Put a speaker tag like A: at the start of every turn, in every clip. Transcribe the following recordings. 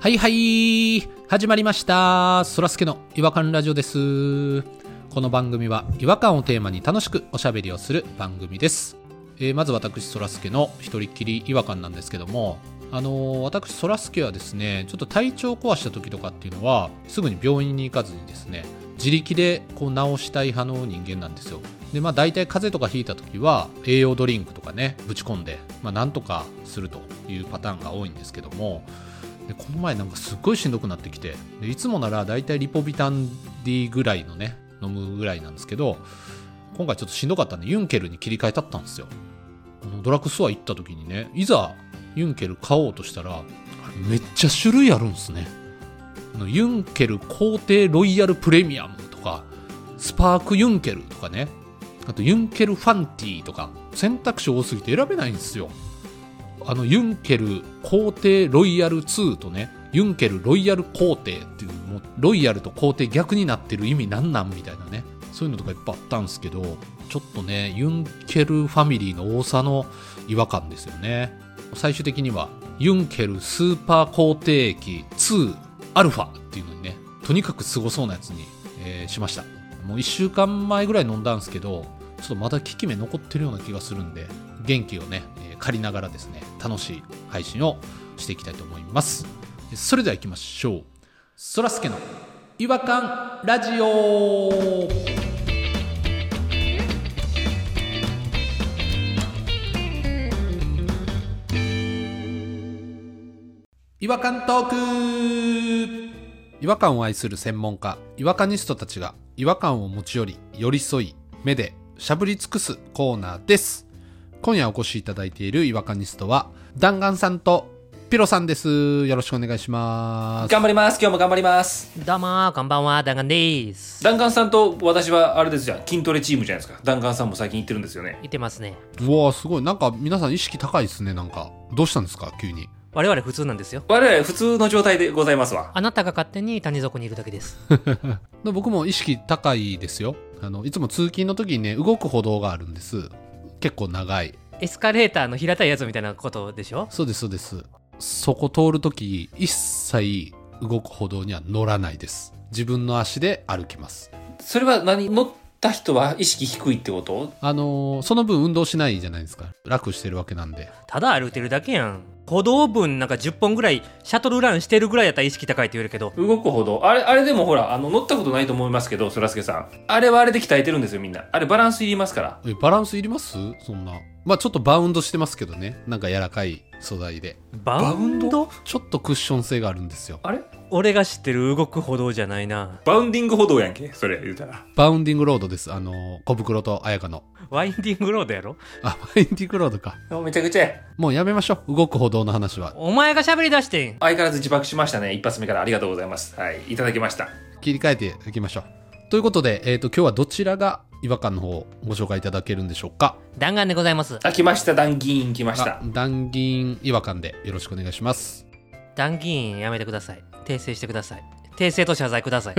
A: はいはい始まりましたそらすけの違和感ラジオですこの番組は違和感をテーマに楽しくおしゃべりをする番組です、えーまず私そらすけの一人っきり違和感なんですけどもあのー私そらすけはですねちょっと体調を壊した時とかっていうのはすぐに病院に行かずにですね自力でこう治したい派の人間なんですよでまあ大体風邪とかひいた時は栄養ドリンクとかねぶち込んで、まあ、なんとかするというパターンが多いんですけどもでこの前なんかすっごいしんどくなってきてでいつもならだいたいリポビタン D ぐらいのね飲むぐらいなんですけど今回ちょっとしんどかったんでユンケルに切り替えたったんですよあのドラッグストア行った時にねいざユンケル買おうとしたらあれめっちゃ種類あるんですねあのユンケル皇帝ロイヤルプレミアムとかスパークユンケルとかねあとユンケルファンティーとか選択肢多すぎて選べないんですよあのユンケル皇帝ロイヤル2とねユンケルロイヤル皇帝っていうもうロイヤルと皇帝逆になってる意味なんなんみたいなねそういうのとかいっぱいあったんですけどちょっとねユンケルファミリーの多さの違和感ですよね最終的にはユンケルスーパー皇帝駅2アルファっていうのにねとにかくすごそうなやつに、えーしましたもう1週間前ぐらい飲んだんですけどちょっとまだ効き目残ってるような気がするんで元気をね、えー借りながらですね楽しい配信をしていきたいと思いますそれでは行きましょうそらすけの違和感ラジオ違和感トーク違和感を愛する専門家違和感ニストたちが違和感を持ち寄り寄り添い目でしゃぶり尽くすコーナーです今夜お越しいただいている違和感ニストは弾丸さんとピロさんですよろしくお願いします
B: 頑張ります今日も頑張ります
C: どうもーこんばんは、ダンガンです。
B: 弾丸さんと私はあれですじゃん筋トレチームじゃないですか弾丸さんも最近行ってるんですよね
C: 言ってますね。
A: うわすごいなんか皆さん意識高いですねなんかどうしたんですか急に
C: 我々普通なんですよ。
B: 我々普通の状態でございますわ
C: あなたが勝手に谷底にいるだけです。
A: で僕も意識高いですよあのいつも通勤の時にね動く歩道があるんです結構長い
C: エスカレーターの平たいやつみたいなことでしょ
A: そうですそうですそこ通る時一切動く歩道には乗らないです自分の足で歩きます
B: それは何乗った人は意識低いってこと
A: あのーその分運動しないじゃないですか楽してるわけなんで
C: ただ歩いてるだけやん。歩道分なんか10本ぐらいシャトルランしてるぐらいやったら意識高いって言えるけど、
B: 動くほどあれあれでもほらあの乗ったことないと思いますけどそらすけさんあれはあれで鍛えてるんですよみんなあれバランスいりますから
A: えバランスいりますそんなまあちょっとバウンドしてますけどねなんか柔らかい素材で
C: バウンド
A: ちょっとクッション性があるんですよ
B: あれ
C: 俺が知ってる動く歩道じゃないな。
B: バウンディング歩道やんけそれ言うたら
A: バウンディングロードですあのー小袋と綾香の
C: ワインディングロードやろ
A: あバインディングロードか
B: もうめちゃくちゃや
A: もうやめましょう動く歩道の話は
C: お前が喋り出してん。
B: 相変わらず自爆しましたね一発目からありがとうございますはいいただきました
A: 切り替えていきましょうということで、えー、と今日はどちらが違和感の方をご紹介いただけるんでしょうか
C: 弾丸でございます。
B: あ来ました談議員来ました
A: あ断銀違和感でよろしくお願いします
C: 弾議員やめてください。訂正してください。訂正と謝罪ください。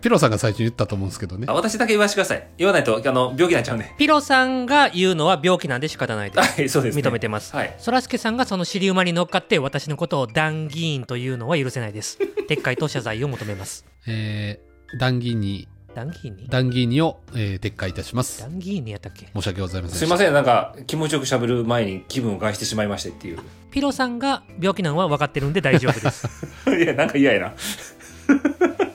A: ピロさんが最初に言ったと思うんですけどね
B: あ私だけ言わせてください。言わないと、あの、病気になっちゃうんで。
C: ピロさんが言うのは病気なんで仕方ないです。
B: はい、そうです、ね。
C: 認めてます。
B: はい。
C: そらすけさんがその尻馬に乗っかって私のことを団議員というのは許せない です。撤回と謝罪を求めます。
A: えー、断銀に
C: 団議員に
A: 断銀にを、えー撤回いたします
C: 団議員にやったっけ
A: 申し訳ございません
B: すいません、なんか、気持ちよく喋る前に気分を害してしまいましてっていう。
C: ピロさんが病気なんは分かってるんで大丈夫です。
B: いや、なんか嫌やな。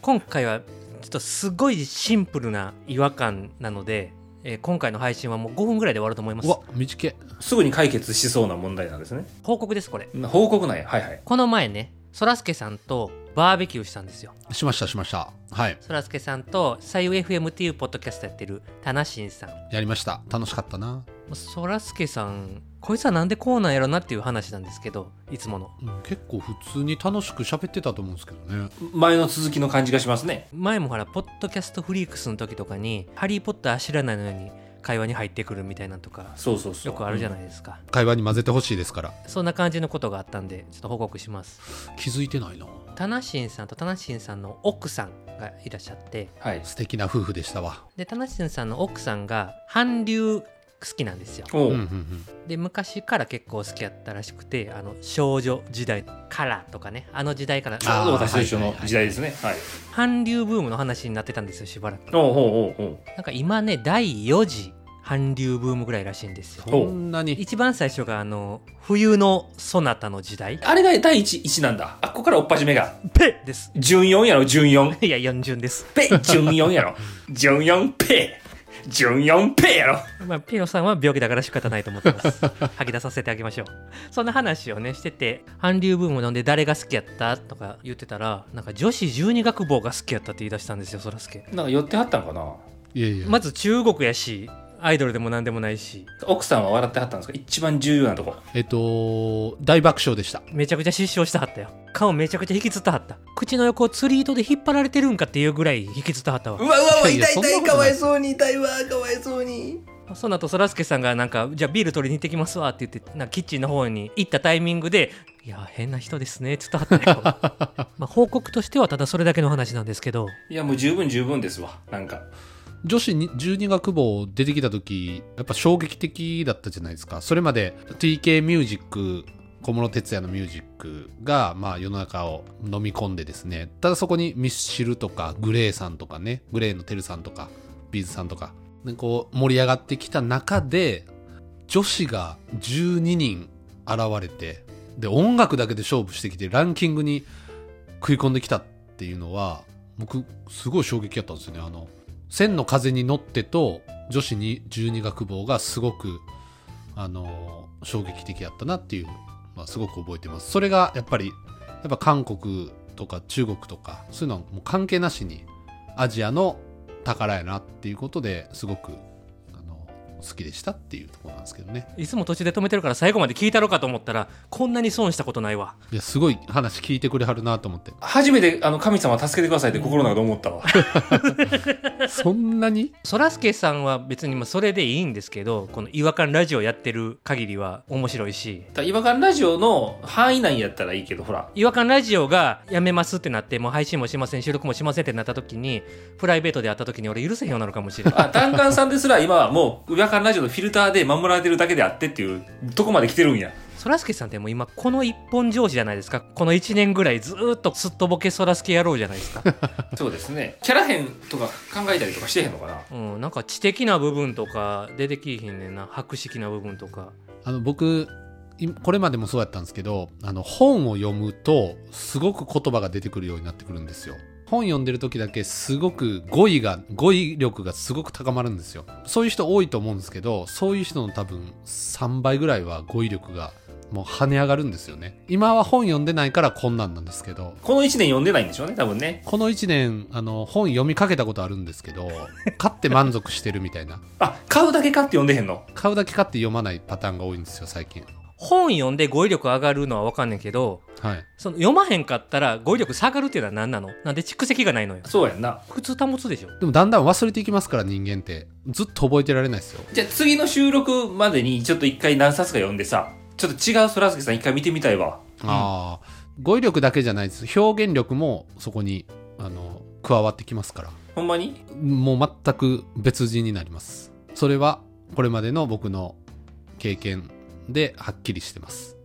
C: 今回はちょっとすごいシンプルな違和感なので、えー今回の配信はもう5分ぐらいで終わると思います
A: う。わ短い
B: すぐに解決しそうな問題なんですね。
C: 報告ですこれ。
B: 報告なんや。はいはい。
C: この前ね、そらすけさんとバーベキューしたんですよ。
A: しましたしましたはい
C: そらすけさんと左右 FM っていうポッドキャストやってるタナシンさん。
A: やりました楽しかったな、
C: もうそらすけさんこいつはなんでこうなんやろなっていう話なんですけどいつもの
A: うん結構普通に楽しく喋ってたと思うんですけどね
B: 前の続きの感じがしますね。
C: 前もほらポッドキャストフリークスの時とかに「ハリー・ポッター知らないのように会話に入ってくる」みたいなのとか
B: そうそうそう。
C: よくあるじゃ
B: ない。
C: ないですか、
A: 会話に混ぜてほしいですから
C: そんな感じのことがあったんでちょっと報告します
A: 気づいてないな
C: タナシンさんとタナシンさんの奥さんがいらっしゃって
B: はい。
A: 素敵な夫婦でしたわ
C: でタナシンさんの奥さんが韓流好きなんですよ
A: うん
B: おう
A: うんうん
C: で昔から結構好きやったらしくてあの少女時代からとかねあの時代から
B: ちょうど私と一緒
A: あーはいは
B: の
A: いはい
B: 時代ですねはい
C: 韓流ブームの話になってたんですよしばらく
B: おうおうおうおう
C: なんか今ね第4次韓流ブームぐらいらしいんですよ
A: そんなに
C: 一番最初があの冬のそなたの時代
B: あれが第一一なんだあここからおっぱじめが
C: ペッです
B: 順四やろ順四
C: いや4巡です、
B: ペ順四やろ順四ペ順四ペやろ
C: まあ、ピロさんは病気だから仕方ないと思ってます吐き出させてあげましょうそんな話をねしてて韓流ブームなんで誰が好きやったとか言ってたらなんか女子十二学坊が好きやったって言い出したんですよそらすけ
B: なんか寄ってはったんかない
A: やいや、
C: まず中国やしアイドルでも何でもないし
B: 奥さんは笑ってはったんですか一番重要なとこ
A: えっと大爆笑でした
C: めちゃくちゃ失笑したはったよ顔めちゃくちゃ引きずったはった口の横を釣り糸で引っ張られてるんかっていうぐらい引きずったはったわ
B: わうわ
A: いやいやそんなことない
B: そうに痛いわかわいそうに
C: その後そらすけさんがなんかじゃあビール取りに行ってきますわって言ってなんかキッチンの方に行ったタイミングでいや変な人ですねっつってはったよまあ報告としてはただそれだけの話なんですけど
B: いやもう十分十分ですわなんか
A: 女子に十二学坊出てきた時やっぱ衝撃的だったじゃないですかそれまで TK ミュージック小室哲哉のミュージックが、まあ、世の中を飲み込んでですねただそこにミスチルとかグレーさんとかねグレーのテルさんとかビーズさんとかでこう盛り上がってきた中で女子が12人現れてで音楽だけで勝負してきてランキングに食い込んできたっていうのは僕すごい衝撃やったんですよねあの「千の風に乗って」と「女子に十二学坊」がすごくあの衝撃的やったなっていう、まあ、すごく覚えてますそれがやっぱりやっぱ韓国とか中国とかそういうのはもう関係なしにアジアの宝やなっていうことですごくあの好きでしたっていうところなんですけどね
C: いつも途中で止めてるから最後まで聞いたろかと思ったらこんなに損したことないわ
A: いやすごい話聞いてくれはるなと思って
B: 初めてあの神様助けてく ださいって心の中で思ったわ
A: そんなに
C: そらすけさんは別にまあそれでいいんですけどこの「違和感ラジオ」やってる限りは面白いし
B: だから違和感ラジオの範囲内やったらいいけどほら
C: 違和感ラジオがやめますってなってもう配信もしません収録もしませんってなった時にプライベートで会った時に俺許せへんようになるかもしれない
B: あダンカンさんですら今はもう違和感ラジオのフィルターで守られてるだけであってっていうとこまで来てるんや
C: そらすけさんってもう今この一本上司じゃないですかこの1年ぐらいずーっとすっとぼけそらすけ野郎じゃないですか、
B: そうですねキャラ編とか考えたりとかしてへんのかな
C: うん、なんか知的な部分とか出てきいひんねんな博識な部分とか
A: あの僕いこれまでもそうやったんですけどあの本を読むとすごく言葉が出てくるようになってくるんですよ本読んでる時だけすごく語彙が語彙力がすごく高まるんですよそういう人多いと思うんですけどそういう人の多分3倍ぐらいは語彙力がもう跳ね上がるんですよね今は本読んでないからこんなんなんですけど
B: この1年読んでないんでしょうね多分ね
A: この1年あの本読みかけたことあるんですけど買って満足してるみたいな
B: あ買うだけかって読んでへんの
A: 買うだけ買って読まないパターンが多いんですよ最近
C: 本読んで語彙力上がるのは分かんねんけど
A: はい
C: その読まへんかったら語彙力下がるっていうのは何なのなんで蓄積がないのよ
B: そうやんな
C: 普通保つでしょ
A: でもだんだん忘れていきますから人間ってずっと覚えてられないですよ
B: じゃあ次の収録までにちょっと一回何冊か読んでさちょっと違うそらすけさん一回見てみたいわ
A: ああ語彙力だけじゃないです表現力もそこにあの加わってきますから
B: ほんまに
A: もう全く別人になりますそれはこれまでの僕の経験ではっきりしてます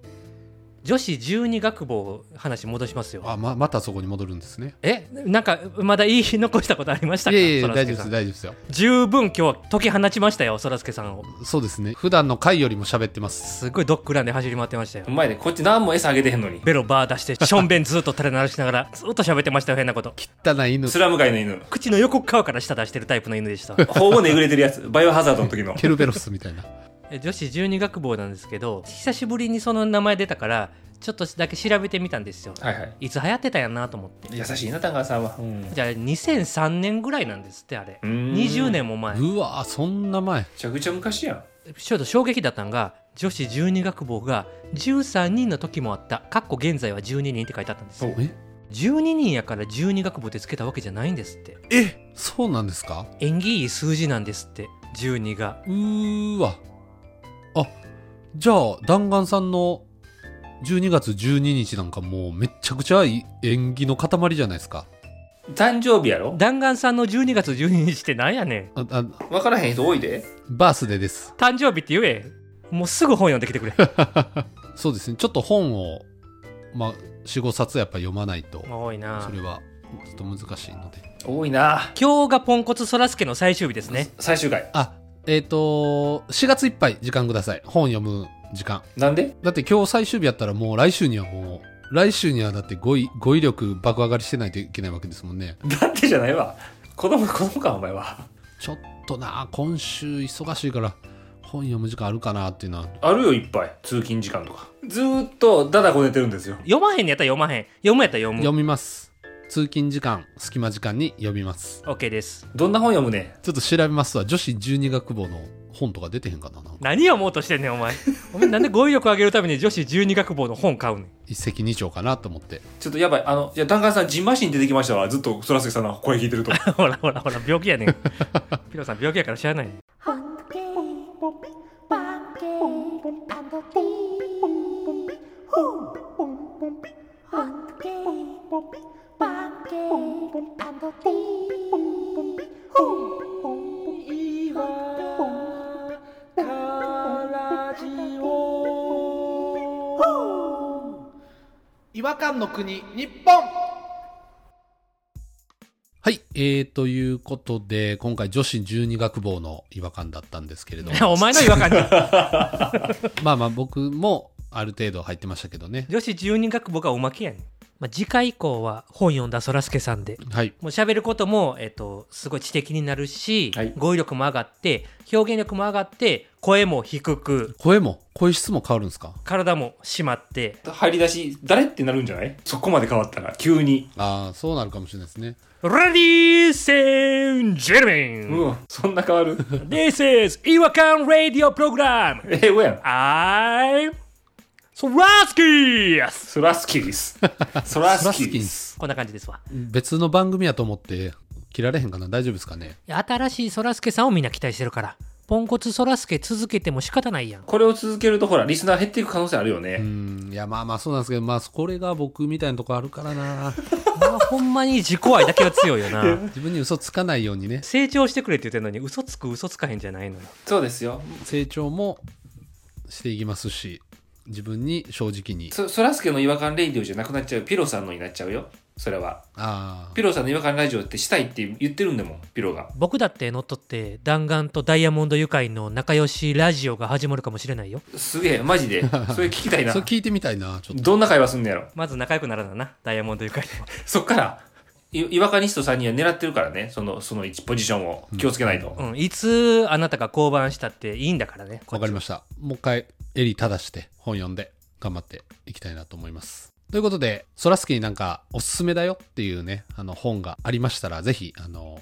C: 女子十二学坊話戻しますよ
A: あままたそこに戻るんですね
C: えなんかまだ言い残したことありまし
A: い
C: たか
A: やいや
C: そらす
A: 大
C: け
A: 丈夫で
C: さん
A: す大丈夫ですよ
C: 十分今日は解き放ちましたよそらすけさんを
A: そうですね普段の回よりも喋ってます
C: すごいドッグランで走り回ってましたよ
B: ほんまやでこっち何も餌あげてへんのに
C: ベロバー出してしょんべんずっと垂れ流しながらずっと喋ってましたよ変なこと
A: 汚い犬
B: スラム街の犬
C: 口の横側から舌出してるタイプの犬でした
B: ほぼえぐれてるや つバイオハザードの時の
A: ケルベロスみた いな
C: え女子十二学坊なんですけど久しぶりにその名前出たからちょっとだけ調べてみたんですよ
B: はいはい
C: いつ流行ってたんやなと思って
B: 優しいな田川さんはうんめ
C: じゃあ2003年ぐらいなんですってあれ
B: うーん
C: 20年も前
A: うわーそんな前
B: ちゃくちゃ昔やん
C: ちょっと衝撃だったんが女子十二学坊が13人の時もあったかっこ現在は12人って書いてあったんですよ
B: そう
A: え
C: 12人やから十二学部ってつけたわけじゃないんですって
A: えそうなんですか
C: 縁起いい数字なんですって12が
A: うーわ。あ、じゃあ、弾丸さんの12月12日なんかもうめっちゃくちゃいい縁起の塊じゃないですか。
B: 誕生日やろ
C: 弾丸さんの12月12日ってなんやねん
A: ああ
B: 分からへん人多いで
A: バースデーです
C: 誕生日って言えもうすぐ本読んできて くれ
A: そうですねちょっと本を、まあ、45冊やっぱ読まないと
C: 多いな
A: それはちょっと難しいので
B: 多いな
C: 今日がポンコツそらすけの最終日ですね
B: 最終回
A: あえっ、と4月いっぱい時間ください本読む時間
B: なんで
A: だって今日最終日やったらもう来週にはもう来週にはだって語彙語彙力爆上がりしてないといけないわけですもんね
B: だってじゃないわ子供子供かお前は
A: ちょっとな今週忙しいから本読む時間あるかなっていうのは
B: あるよいっぱい通勤時間とかずーっとだだこねてるんですよ
C: 読まへんのやったら読まへん読むやったら読
A: 読
C: む
A: みます通勤時間隙間時間に読みます
C: OK です
B: どんな本読むね
A: ちょっと調べますわ女子十二学部の本とか出てへんかななんか
C: 何を思うとしてんねんお前お前なんで語彙力上げるために女子12学坊の本買うねん
A: 一石二鳥かなと思って
B: ちょっとやばいあのいやダンカンさんジンマシン出てきましたわずっとそらすけさんの声聞いてると
C: ほらほらほら病気やね んピロさん病気やから知らない
D: Hunky,
E: 違和感の国日本
A: はい、えー、ということで今回女子十二学部の違和感だったんですけれども
C: お前の違和感 だ
A: まあまあ僕もある程度入ってましたけどね
C: 女子12学坊がおまけやねん、まあ、次回以降は本読んだそらすけさんで
A: はい
C: もう喋ることも、えっと、すごい知的になるし、
B: はい
C: 語彙力も上がって表現力も上がって声も低く
A: 声も声質も変わるんですか
C: 体も締まって
B: 入り出し誰ってなるんじゃないそこまで変わったら急に
A: ああそうなるかもしれないですね
C: 「レディーセンジェルメン、
B: うんそんな変わる
C: This is 違和感 Radio Program
B: 英語やん
C: I'm ソラスキース
B: そらすき ですそらすきです
A: ス
C: こんな感じですわ
A: 別の番組やと思って切られへんかな大丈夫ですかね
C: 新しいそらすけさんをみんな期待してるからポンコツそらすけ続けても仕方ないやん
B: これを続けるとほらリスナー減っていく可能性あるよ
A: う
B: ね、
A: んいやまあまあそうなんですけどまあこれが僕みたいなとこあるからな
C: まあほんまに自己愛だけは 強いよな
A: 自分に嘘つかないようにね
C: 成長してくれって言ってるのに嘘つく嘘つかへんじゃないのよ
B: そうですよ
A: 成長もしていきますし自分に正直に
B: そそらすけの違和感レイディオじゃなくなっちゃうピロさんのになっちゃうよそれは
A: あ
B: ピロさんの違和感ラジオってしたいって言ってるんだもんピロが
C: 僕だって乗っ取って弾丸とダイヤモンド愉快の仲良しラジオが始まるかもしれないよ
B: すげえマジで それ聞きたい
A: あ
B: な
A: それ聞いてみたいなちょっと
B: どんな会話すんのやろ
C: まず仲良くならななダイヤモンド愉快と
B: そっからい違和感ニストさんには狙ってるからねそのその一ポジションを気をつけないと、
C: うんいつあなたが降板したっていいんだからね
A: わかりま
C: し
A: したもう一回襟正して本読んで頑張っていきたいなと思いますということでそらすけになんかおすすめだよっていうねあの本がありましたらぜひあの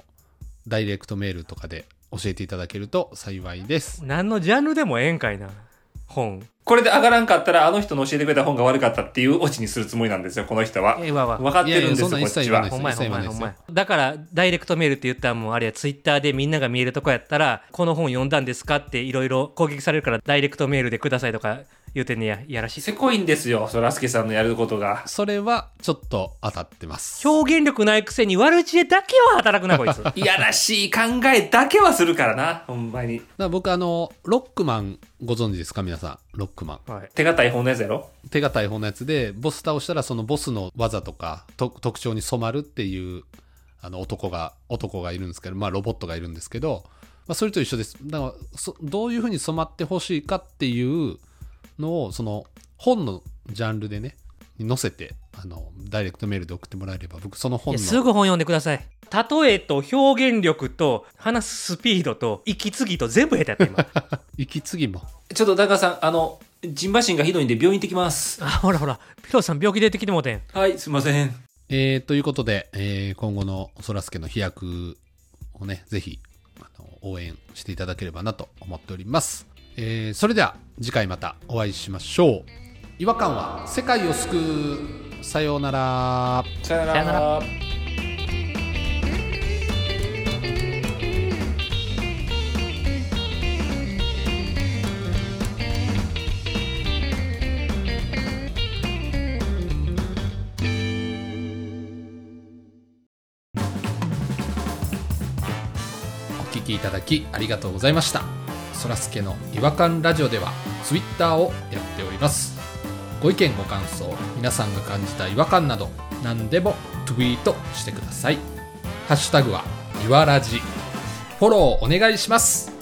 A: ダイレクトメールとかで教えていただけると幸いです
C: 何のジャンルでもええんかいな本
B: これで上がらんかったらあの人の教えてくれた本が悪かったっていうオチにするつもりなんですよこの人は
C: ええわわ
B: 分かってるんですよ
A: いやいやそんなん一切
B: こっち
A: 言わな
B: はい
C: ほんまや
A: そ
C: ほ
A: うん
C: まや
A: そう
C: ほん
A: なん
C: ま
A: で
C: やだからダイレクトメールって言ったらもうあるいはツイッターでみんなが見えるとこやったらこの本読んだんですかっていろいろ攻撃されるからダイレクトメールでくださいとか言うてんねやいやらしい
B: せこいんですよそらすけさんのやることが
A: それはちょっと当たってます
C: 表現力ないくせに悪知恵だけは働くなこ いつ
B: いやらしい考えだけはするからなほんまに
A: だから僕あのロックマンご存知ですか皆さんロックマン
B: 手堅い本のやつやろ
A: 手堅い方のやつでボス倒したらそのボスの技とかと特徴に染まるっていうあの男が男がいるんですけどまあロボットがいるんですけど、まあ、それと一緒ですだからそどういうふうに染まってほしいかっていうのをその本のジャンルでねに載せてあのダイレクトメールで送ってもらえれば僕その
C: い
A: 本
C: や
A: の
C: すぐ本読んでください例えと表現力と話すスピードと息継ぎと全部下手やった今
A: 息継ぎも
B: ちょっと高さんあのジンバシンがひどいんで病院行ってきます
C: あほらほらピロさん病気出てきてもうてん
B: はいすいません
A: えーということで、えー今後のそらすけの飛躍をね、ぜひ、あの、応援していただければなと思っております。えーそれでは次回またお会いしましょう。違和感は世界を救う。さようなら。
B: さよな
C: さよな
B: ら
A: きいただきありがとうございましたそらすけの違和感ラジオではツイッターをやっておりますご意見ご感想皆さんが感じた違和感など何でもツイートしてくださいハッシュタグは、いわらじ。フォローお願いします。